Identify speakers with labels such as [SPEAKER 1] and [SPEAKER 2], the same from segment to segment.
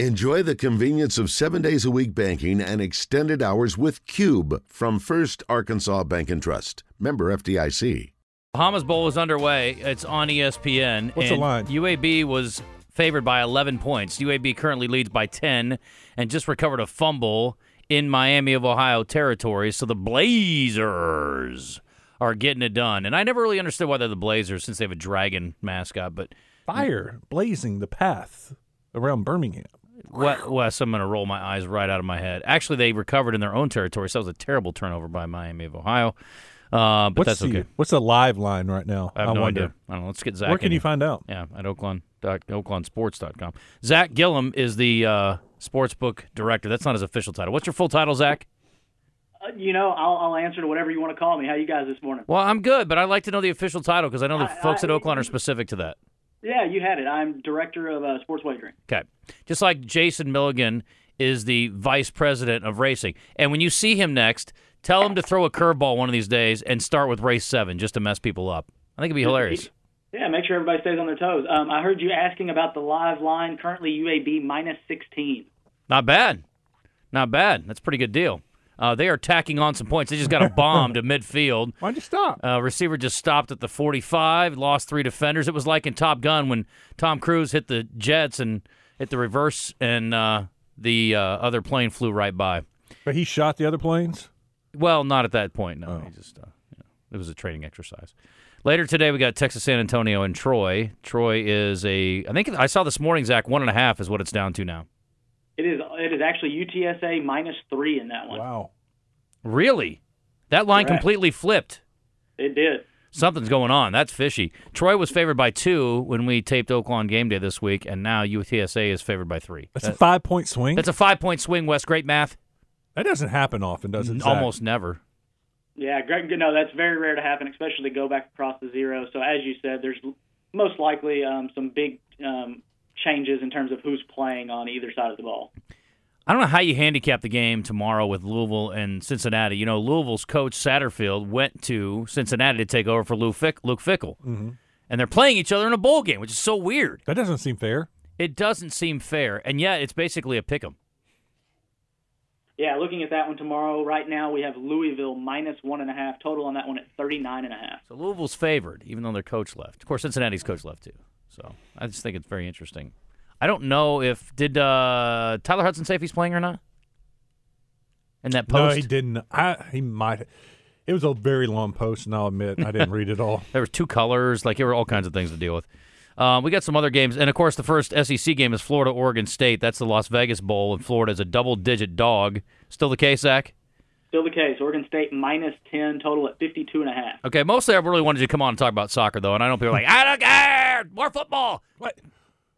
[SPEAKER 1] Enjoy the convenience of seven days a week banking and extended hours with Cube from First Arkansas Bank and Trust. Member FDIC.
[SPEAKER 2] Bahamas Bowl is underway. It's on E ESPN.
[SPEAKER 3] What's the
[SPEAKER 2] and
[SPEAKER 3] line?
[SPEAKER 2] UAB was favored by 11 points. UAB currently leads by 10 and just recovered a fumble in Miami of Ohio territory. So the Blazers are getting it done. And I never really understood why they're the Blazers since they have a dragon mascot. But
[SPEAKER 3] Fire blazing the path around Birmingham.
[SPEAKER 2] Wes, Wes, I'm going to roll my eyes right out of my head. Actually, they recovered in their own territory. So that was a terrible turnover by Miami of Ohio. Uh, but
[SPEAKER 3] what's
[SPEAKER 2] that's
[SPEAKER 3] the,
[SPEAKER 2] okay.
[SPEAKER 3] What's the live line right now?
[SPEAKER 2] I have no
[SPEAKER 3] wonder.
[SPEAKER 2] idea. I don't know. Let's get Zach.
[SPEAKER 3] Where
[SPEAKER 2] in
[SPEAKER 3] can you
[SPEAKER 2] here.
[SPEAKER 3] find out?
[SPEAKER 2] Yeah, at Oakland, doc, oaklandsports.com. Zach Gillum is the uh, sportsbook director. That's not his official title. What's your full title, Zach?
[SPEAKER 4] Uh, you know, I'll, I'll answer to whatever you want to call me. How you guys this morning?
[SPEAKER 2] Well, I'm good, but I'd like to know the official title because I know the
[SPEAKER 4] I-
[SPEAKER 2] folks at
[SPEAKER 4] I-
[SPEAKER 2] Oakland are specific to that.
[SPEAKER 4] Yeah, you had it. I'm director of uh, sports wagering.
[SPEAKER 2] Okay. Just like Jason Milligan is the vice president of racing. And when you see him next, tell him to throw a curveball one of these days and start with race seven just to mess people up. I think it'd be hilarious.
[SPEAKER 4] Yeah, make sure everybody stays on their toes. Um, I heard you asking about the live line. Currently, UAB minus 16.
[SPEAKER 2] Not bad. Not bad. That's a pretty good deal. Uh, they are tacking on some points. They just got a bomb to midfield.
[SPEAKER 3] Why'd you stop?
[SPEAKER 2] Uh, receiver just stopped at the 45, lost three defenders. It was like in Top Gun when Tom Cruise hit the jets and hit the reverse, and uh, the uh, other plane flew right by.
[SPEAKER 3] But he shot the other planes.
[SPEAKER 2] Well, not at that point. No, he just uh, you know, it was a training exercise. Later today, we got Texas San Antonio and Troy. Troy is a I think I saw this morning, Zach. One and a half is what it's down to now.
[SPEAKER 4] It is it is actually UTSA minus three in that one.
[SPEAKER 3] Wow.
[SPEAKER 2] Really, that line
[SPEAKER 4] Correct.
[SPEAKER 2] completely flipped.
[SPEAKER 4] It did.
[SPEAKER 2] Something's going on. That's fishy. Troy was favored by two when we taped Oakland game day this week, and now UTSA is favored by three.
[SPEAKER 3] That's a five point swing.
[SPEAKER 2] That's a five point swing, West. Great math.
[SPEAKER 3] that doesn't happen often, does it? Zach?
[SPEAKER 2] Almost never.
[SPEAKER 4] Yeah, Greg, no, that's very rare to happen, especially to go back across the zero. So, as you said, there's l- most likely um, some big um, changes in terms of who's playing on either side of the ball.
[SPEAKER 2] I don't know how you handicap the game tomorrow with Louisville and Cincinnati. You know, Louisville's coach Satterfield went to Cincinnati to take over for Lou Fick- Luke Fickle,
[SPEAKER 3] Mm-hmm.
[SPEAKER 2] and they're playing each other in a bowl game, which is so weird.
[SPEAKER 3] That doesn't seem fair.
[SPEAKER 2] It doesn't seem fair, and yet it's basically a pick 'em.
[SPEAKER 4] Yeah, looking at that one tomorrow. Right now, we have Louisville minus one and a half total on that one at thirty nine and a half.
[SPEAKER 2] So Louisville's favored, even though their coach left. Of course, Cincinnati's coach left too. So I just think it's very interesting. I don't know if did uh, Tyler Hudson say if he's playing or not. In that post,
[SPEAKER 3] No, he didn't. I he might. It was a very long post, and I'll admit I didn't read it all.
[SPEAKER 2] There was two colors. Like there were all kinds of things to deal with. Um, we got some other games, and of course, the first SEC game is Florida Oregon State. That's the Las Vegas Bowl, and Florida is a double-digit dog. Still the case, Zach?
[SPEAKER 4] Still the case. Oregon State minus ten total at fifty two and a half.
[SPEAKER 2] Okay. Mostly, I really wanted you to come on and talk about soccer, though, and I know people are like, "I don't care, more football."
[SPEAKER 3] What?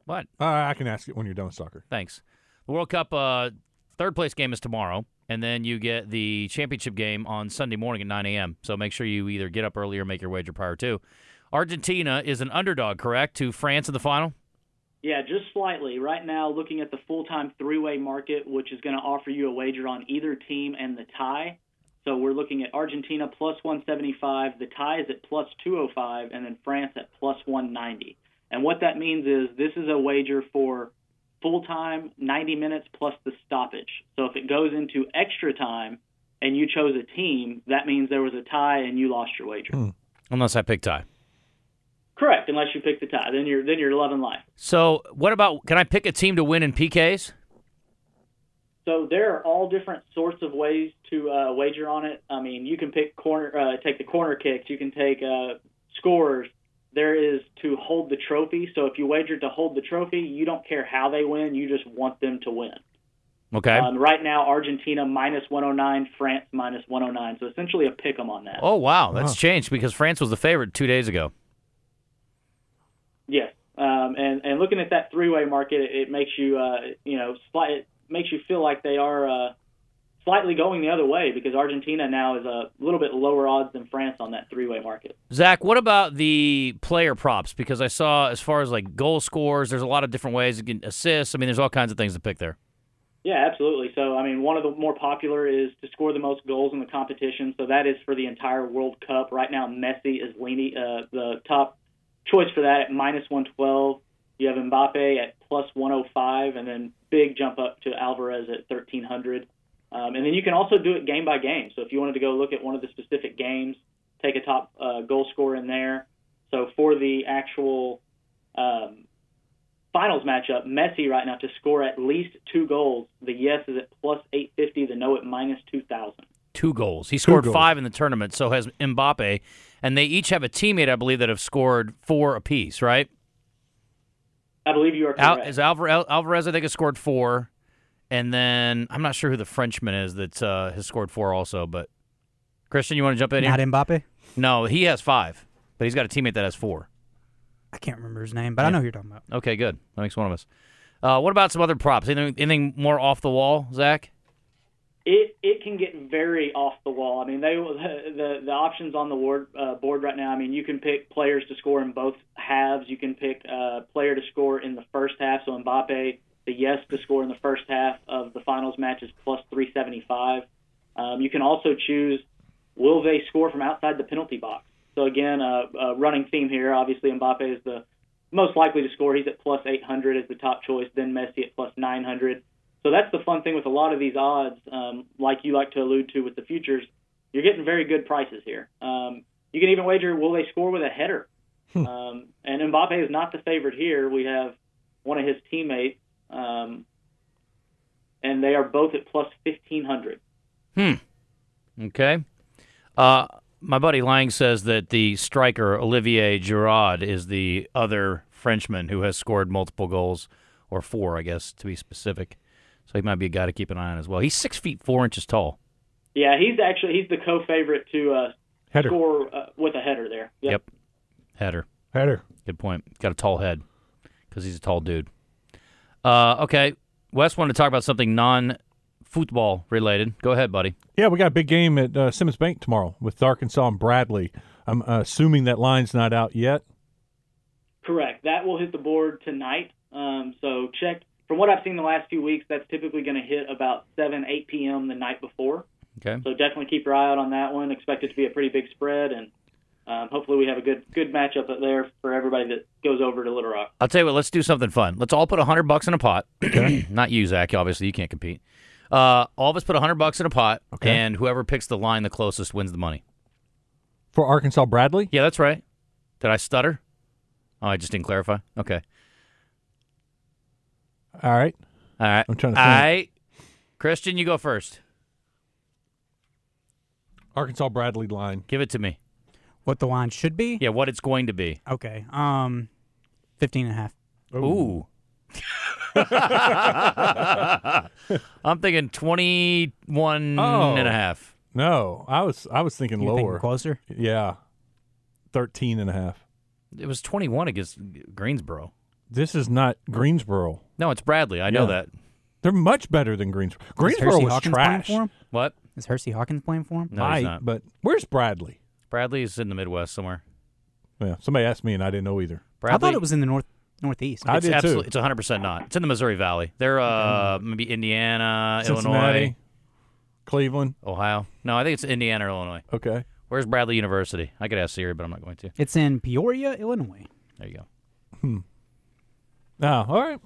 [SPEAKER 2] What?
[SPEAKER 3] Uh, I can ask it when you're done with soccer.
[SPEAKER 2] Thanks. The World Cup uh, third place game is tomorrow, and then you get the championship game on Sunday morning at 9 a.m. So make sure you either get up early or make your wager prior to. Argentina is an underdog, correct, to France in the final?
[SPEAKER 4] Yeah, just slightly. Right now, looking at the full time three way market, which is going to offer you a wager on either team and the tie. So we're looking at Argentina plus 175, the tie is at plus 205, and then France at plus 190. And what that means is this is a wager for full time, 90 minutes plus the stoppage. So if it goes into extra time and you chose a team, that means there was a tie and you lost your wager.
[SPEAKER 2] Unless I pick tie.
[SPEAKER 4] Correct, unless you pick the tie, then you're then you're loving life.
[SPEAKER 2] So, what about can I pick a team to win in PKs?
[SPEAKER 4] So there are all different sorts of ways to uh, wager on it. I mean, you can pick corner, uh, take the corner kicks. You can take uh, scores. There is to hold the trophy. So if you wager to hold the trophy, you don't care how they win. You just want them to win.
[SPEAKER 2] Okay.
[SPEAKER 4] Um, right now, Argentina minus 109, France minus 109. So essentially a pick 'em on that.
[SPEAKER 2] oh wow, that's
[SPEAKER 3] Wow.
[SPEAKER 2] changed because France was the favorite two days ago.
[SPEAKER 4] Yes. Um, and and looking at that three way market, it, it makes you uh, you know slight, it makes you feel like they are uh, slightly going the other way because Argentina now is a little bit lower odds than France on that three way market.
[SPEAKER 2] Zach, what about the player props? Because I saw as far as like goal scores, there's a lot of different ways you can assist. I mean, there's all kinds of things to pick there.
[SPEAKER 4] Yeah, absolutely. So I mean, one of the more popular is to score the most goals in the competition. So that is for the entire World Cup right now. Messi is leaning uh, the top choice for that at minus 112. You have Mbappe at plus 105, and then big jump up to Alvarez at 1,300. Um, and then you can also do it game by game. So if you wanted to go look at one of the specific games, take a top uh, goal scorer in there. So for the actual um, finals matchup, Messi right now to score at least two goals, the yes is at plus 850, the no at minus 2,000.
[SPEAKER 2] Two goals. He scored
[SPEAKER 3] goals.
[SPEAKER 2] five in the tournament. So has Mbappe, and they each have a teammate, I believe, that have scored four apiece. Right?
[SPEAKER 4] I believe you are
[SPEAKER 2] Al-
[SPEAKER 4] correct.
[SPEAKER 2] is Alvarez, Alvarez, I think, has scored four, and then I'm not sure who the Frenchman is that uh, has scored four also. But Christian, you want to jump in here?
[SPEAKER 5] Not Mbappe.
[SPEAKER 2] no, he has five, but he's got a teammate that has four.
[SPEAKER 5] I can't remember his name, but I know who you're talking about.
[SPEAKER 2] Okay, good. That makes one of us. Uh, what about some other props? Anything, anything more off the wall, Zach?
[SPEAKER 4] It it can get very off the wall. I mean, they the the options on the board uh, board right now. I mean, you can pick players to score in both halves. You can pick a player to score in the first half. So Mbappe, the yes to score in the first half of the finals match is plus three seventy five. Um, you can also choose will they score from outside the penalty box. So again, a uh, uh, running theme here. Obviously, Mbappe is the most likely to score. He's at plus eight hundred as the top choice. Then Messi at plus nine hundred. So that's the fun thing with a lot of these odds, um, like you like to allude to with the futures. You're getting very good prices here. Um, you can even wager will they score with a header? um, and Mbappe is not the favorite here. We have one of his teammates, um, and they are both at plus 1,500.
[SPEAKER 2] Okay. Uh, my buddy Lang says that the striker Olivier Girard is the other Frenchman who has scored multiple goals, or four, I guess, to be specific. So he might be a guy to keep an eye on as well. He's six feet four inches tall.
[SPEAKER 4] Yeah, he's actually he's the co-favorite to uh,
[SPEAKER 3] Header.
[SPEAKER 4] score uh, with a header there. Yep.
[SPEAKER 2] Header.
[SPEAKER 3] Header.
[SPEAKER 2] Good point. Got a tall head because he's a tall dude. Uh, okay. Wes wanted to talk about something non football related. Go ahead, buddy.
[SPEAKER 3] Yeah, we got a big game at uh, Simmons Bank tomorrow with Arkansas and Bradley. I'm uh, assuming that line's not out yet.
[SPEAKER 4] Correct. That will hit the board tonight. Um, so check. From what I've seen the last few weeks, that's typically going to hit about 7, 8 p.m. the night before.
[SPEAKER 2] Okay.
[SPEAKER 4] So definitely keep your eye out on that one. Expect it to be a pretty big spread, and um, hopefully we have a good good matchup up there for everybody that goes over to Little Rock.
[SPEAKER 2] I'll tell you what. Let's do something fun. Let's all put a hundred bucks in a pot. Not you, Zach. Obviously, you can't compete. Uh, all of us put a hundred bucks in a pot,
[SPEAKER 3] Okay.
[SPEAKER 2] and whoever picks the line the closest wins the money.
[SPEAKER 3] For Arkansas Bradley?
[SPEAKER 2] Yeah, that's right. Did I stutter? Oh, I just didn't clarify. Okay.
[SPEAKER 3] All right.
[SPEAKER 2] All right.
[SPEAKER 3] I'm trying to
[SPEAKER 2] All
[SPEAKER 3] think.
[SPEAKER 2] right. Christian, you go first.
[SPEAKER 3] Arkansas Bradley line.
[SPEAKER 2] Give it to me.
[SPEAKER 5] What the line should be?
[SPEAKER 2] Yeah, what it's going to be.
[SPEAKER 5] Okay. Um, 15 and a half.
[SPEAKER 2] Ooh. I'm thinking 21
[SPEAKER 3] Oh.
[SPEAKER 2] and a half.
[SPEAKER 3] No, I was I was thinking
[SPEAKER 5] You thinking
[SPEAKER 3] lower.
[SPEAKER 5] closer?
[SPEAKER 3] yeah. 13 and a half.
[SPEAKER 2] It was 21 against Greensboro.
[SPEAKER 3] This is not Greensboro.
[SPEAKER 2] No, it's Bradley. I know
[SPEAKER 3] Yeah.
[SPEAKER 2] that.
[SPEAKER 3] They're much better than Greensboro.
[SPEAKER 5] Is Hersey
[SPEAKER 3] Greensboro was
[SPEAKER 5] Hawkins
[SPEAKER 3] trash.
[SPEAKER 5] playing for him?
[SPEAKER 2] What?
[SPEAKER 5] Is Hersey Hawkins playing for him?
[SPEAKER 2] No, he's
[SPEAKER 3] Might,
[SPEAKER 2] not.
[SPEAKER 3] but where's Bradley?
[SPEAKER 2] Bradley's in the Midwest somewhere.
[SPEAKER 3] Yeah, somebody asked me and I didn't know either.
[SPEAKER 2] Bradley,
[SPEAKER 5] I thought it was in the north northeast.
[SPEAKER 3] I
[SPEAKER 2] It's
[SPEAKER 3] did
[SPEAKER 2] absolutely.
[SPEAKER 3] too.
[SPEAKER 2] It's 100 percent not. It's in the Missouri Valley. They're uh,
[SPEAKER 5] Mm-hmm.
[SPEAKER 2] maybe Indiana, Uh, Illinois,
[SPEAKER 3] Cincinnati, Cleveland.
[SPEAKER 2] Ohio. No, I think it's Indiana, or Illinois.
[SPEAKER 3] Okay.
[SPEAKER 2] Where's Bradley University? I could ask Siri, but I'm not going to.
[SPEAKER 5] It's in Peoria, Illinois.
[SPEAKER 2] There you go.
[SPEAKER 3] Oh, all right.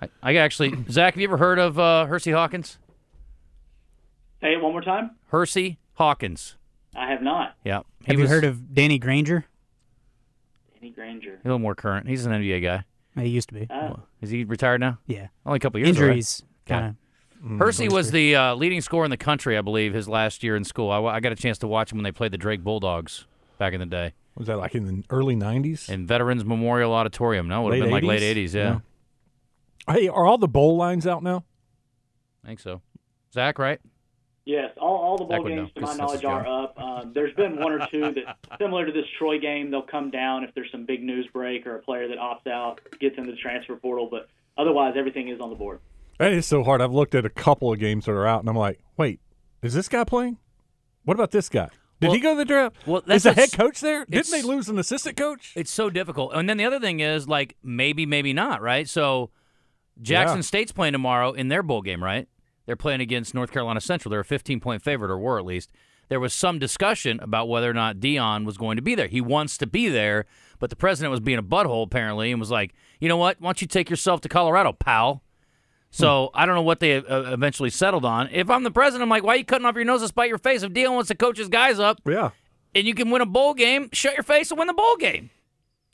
[SPEAKER 2] I, I actually, Zach, have you ever heard of uh, Hersey Hawkins?
[SPEAKER 4] Say it one more time.
[SPEAKER 2] Hersey Hawkins.
[SPEAKER 4] I have not.
[SPEAKER 2] Yeah. He
[SPEAKER 5] Have
[SPEAKER 2] was
[SPEAKER 5] you heard of Danny Granger?
[SPEAKER 4] Danny Granger.
[SPEAKER 2] a little more current. He's an NBA guy.
[SPEAKER 5] He used to be.
[SPEAKER 4] Uh,
[SPEAKER 2] Is he retired now?
[SPEAKER 5] Yeah.
[SPEAKER 2] Only a couple years. though, right?
[SPEAKER 5] Injuries. Mm-hmm.
[SPEAKER 2] Yeah.
[SPEAKER 5] Kind
[SPEAKER 2] Hersey was the uh, leading scorer in the country, I believe, his last year in school. I, I got a chance to watch him when they played the Drake Bulldogs back in the day
[SPEAKER 3] Was that like in the early 90s?
[SPEAKER 2] in Veterans Memorial Auditorium. No, it would have
[SPEAKER 3] Late
[SPEAKER 2] been like late
[SPEAKER 3] 80s?
[SPEAKER 2] '80s. Yeah,
[SPEAKER 3] Yeah. Hey, are all the bowl lines out now?
[SPEAKER 2] I think so. Zach, right?
[SPEAKER 4] yes, all, all the
[SPEAKER 2] Zach
[SPEAKER 4] bowl
[SPEAKER 2] would
[SPEAKER 4] games,
[SPEAKER 2] know.
[SPEAKER 4] to my
[SPEAKER 2] This- this
[SPEAKER 4] knowledge,
[SPEAKER 2] is
[SPEAKER 4] are up. Um, there's been one or two that, similar to this Troy game, they'll come down if there's some big news break or a player that opts out, gets into the transfer portal. But otherwise, everything is on the board.
[SPEAKER 3] That is so hard. I've looked at a couple of games that are out, and I'm like, wait, is this guy playing? What about this guy? Did he
[SPEAKER 2] Well-
[SPEAKER 3] go to the draft?
[SPEAKER 2] well, that's
[SPEAKER 3] is the head
[SPEAKER 2] what's-
[SPEAKER 3] coach there? Didn't they
[SPEAKER 2] it's-
[SPEAKER 3] lose an assistant coach?
[SPEAKER 2] It's so difficult. And then the other thing is like maybe, maybe not, right? So Jackson
[SPEAKER 3] Yeah.
[SPEAKER 2] State's playing tomorrow in their bowl game, right? They're playing against North Carolina Central. They're a 15 point favorite, or were at least. There was some discussion about whether or not Dion was going to be there. He wants to be there, but the president was being a butthole apparently and was like, you know what? Why don't you take yourself to Colorado, pal? So I don't know what they uh, eventually settled on. If I'm the president, I'm like, why are you cutting off your nose to spite your face? If Dion wants to coach his guys up
[SPEAKER 3] Yeah.
[SPEAKER 2] and you can win a bowl game, shut your face and win the bowl game.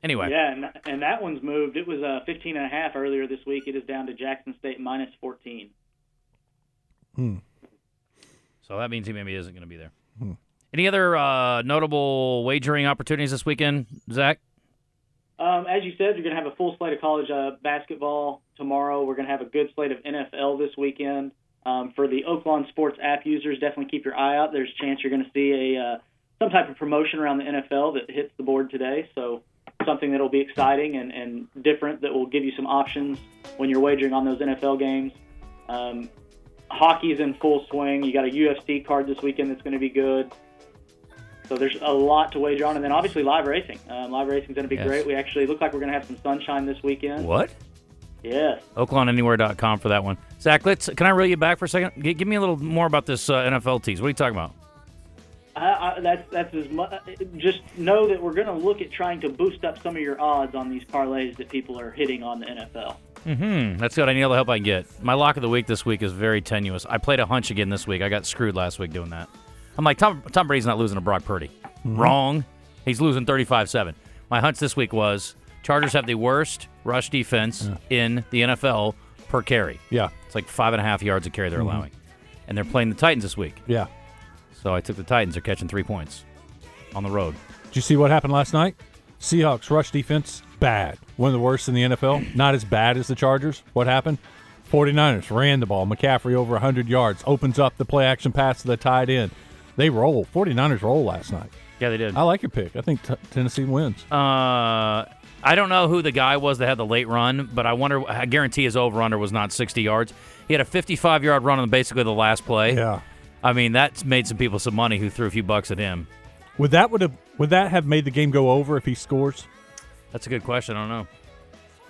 [SPEAKER 2] Anyway,
[SPEAKER 4] Yeah, and, and that one's moved. It was uh, 15 and a half earlier this week. It is down to Jackson State minus 14.
[SPEAKER 2] so that means he maybe isn't going to be there. Any other uh, notable wagering opportunities this weekend, Zach?
[SPEAKER 4] Um, as you said, you're going to have a full slate of college uh, basketball tomorrow. We're going to have a good slate of NFL this weekend. Um, for the Oaklawn Sports app users, definitely keep your eye out. There's a chance you're going to see a uh, some type of promotion around the NFL that hits the board today. So something that'll be exciting and, and different that will give you some options when you're wagering on those NFL games. Um, hockey's in full swing. You got a UFC card this weekend that's going to be good. So there's a lot to wager on, and then obviously live racing. Um, live racing's going to be
[SPEAKER 2] Yes.
[SPEAKER 4] great. We actually look like we're going to have some sunshine this weekend.
[SPEAKER 2] What?
[SPEAKER 4] Yes.
[SPEAKER 2] OaklawnAnywhere.com for that one. Zach, let's. Can I reel you back for a second? G- give me a little more about this uh, NFL tease. What are you talking about?
[SPEAKER 4] I, I, that's that's as much. Just know that we're going to look at trying to boost up some of your odds on these parlays that people are hitting on the NFL.
[SPEAKER 2] Hmm, that's good. I need all the help I can get. My lock of the week this week is very tenuous. I played a hunch again this week. I got screwed last week doing that. I'm like, Tom, Tom Brady's not losing to Brock Purdy. Wrong. He's losing 35 7. My hunch this week was Chargers have the worst rush defense in the NFL per carry.
[SPEAKER 3] Yeah.
[SPEAKER 2] It's like five and a half yards a carry they're allowing. And they're playing the Titans this week.
[SPEAKER 3] Yeah.
[SPEAKER 2] So I took the Titans. They're catching three points on the road.
[SPEAKER 3] Did you see what happened last night? Seahawks rush defense bad. One of the worst in the NFL. Not as bad as the Chargers. What happened? 49ers ran the ball. McCaffrey over 100 yards. Opens up the play action pass to the tight end. They roll. 49ers roll last night.
[SPEAKER 2] Yeah, they did.
[SPEAKER 3] I like your pick. I think t- Tennessee wins.
[SPEAKER 2] Uh, I don't know who the guy was that had the late run, but I wonder. I guarantee his over under was not 60 yards. He had a 55 yard run on basically the last play.
[SPEAKER 3] Yeah.
[SPEAKER 2] I mean, that's made some people some money who threw a few bucks at him.
[SPEAKER 3] Would that would have would that have made the game go over if he scores?
[SPEAKER 2] That's a good question. I don't know.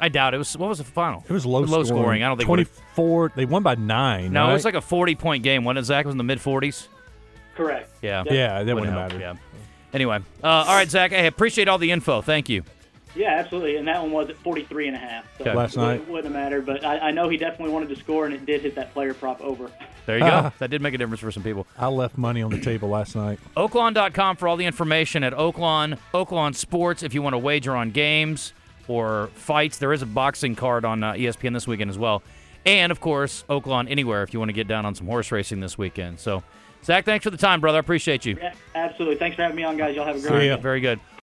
[SPEAKER 2] I doubt it was. What was the final?
[SPEAKER 3] It was low,
[SPEAKER 2] low scoring. I don't think. it would've-
[SPEAKER 3] 24. They won by nine.
[SPEAKER 2] No, it was
[SPEAKER 3] right?
[SPEAKER 2] like a 40 point game. Wasn't it, Zach? It was in the mid 40s.
[SPEAKER 4] Correct.
[SPEAKER 2] Yeah.
[SPEAKER 3] yeah, that wouldn't
[SPEAKER 2] Wouldn't
[SPEAKER 3] matter.
[SPEAKER 2] help, Yeah. Anyway, uh, all right, Zach. I appreciate all the info. Thank you.
[SPEAKER 4] Yeah, absolutely. And that one was at 43 and a half. So
[SPEAKER 2] Okay.
[SPEAKER 3] Last
[SPEAKER 4] it
[SPEAKER 3] night.
[SPEAKER 4] Wouldn't have mattered, but I, I know he definitely wanted to score, and it did hit that player prop over.
[SPEAKER 2] There you go. that did make a difference for some people.
[SPEAKER 3] I left money on the table last night.
[SPEAKER 2] Oaklawn.com for all the information at Oaklawn, Oaklawn Sports if you want to wager on games or fights. There is a boxing card on uh, ESPN this weekend as well. And, of course, Oaklawn Anywhere if you want to get down on some horse racing this weekend. So, Zach, thanks for the time, brother. I appreciate you.
[SPEAKER 4] Yeah, absolutely. Thanks for having me on, guys. Y'all have a great
[SPEAKER 3] See
[SPEAKER 4] day.
[SPEAKER 3] ya.
[SPEAKER 2] Very good.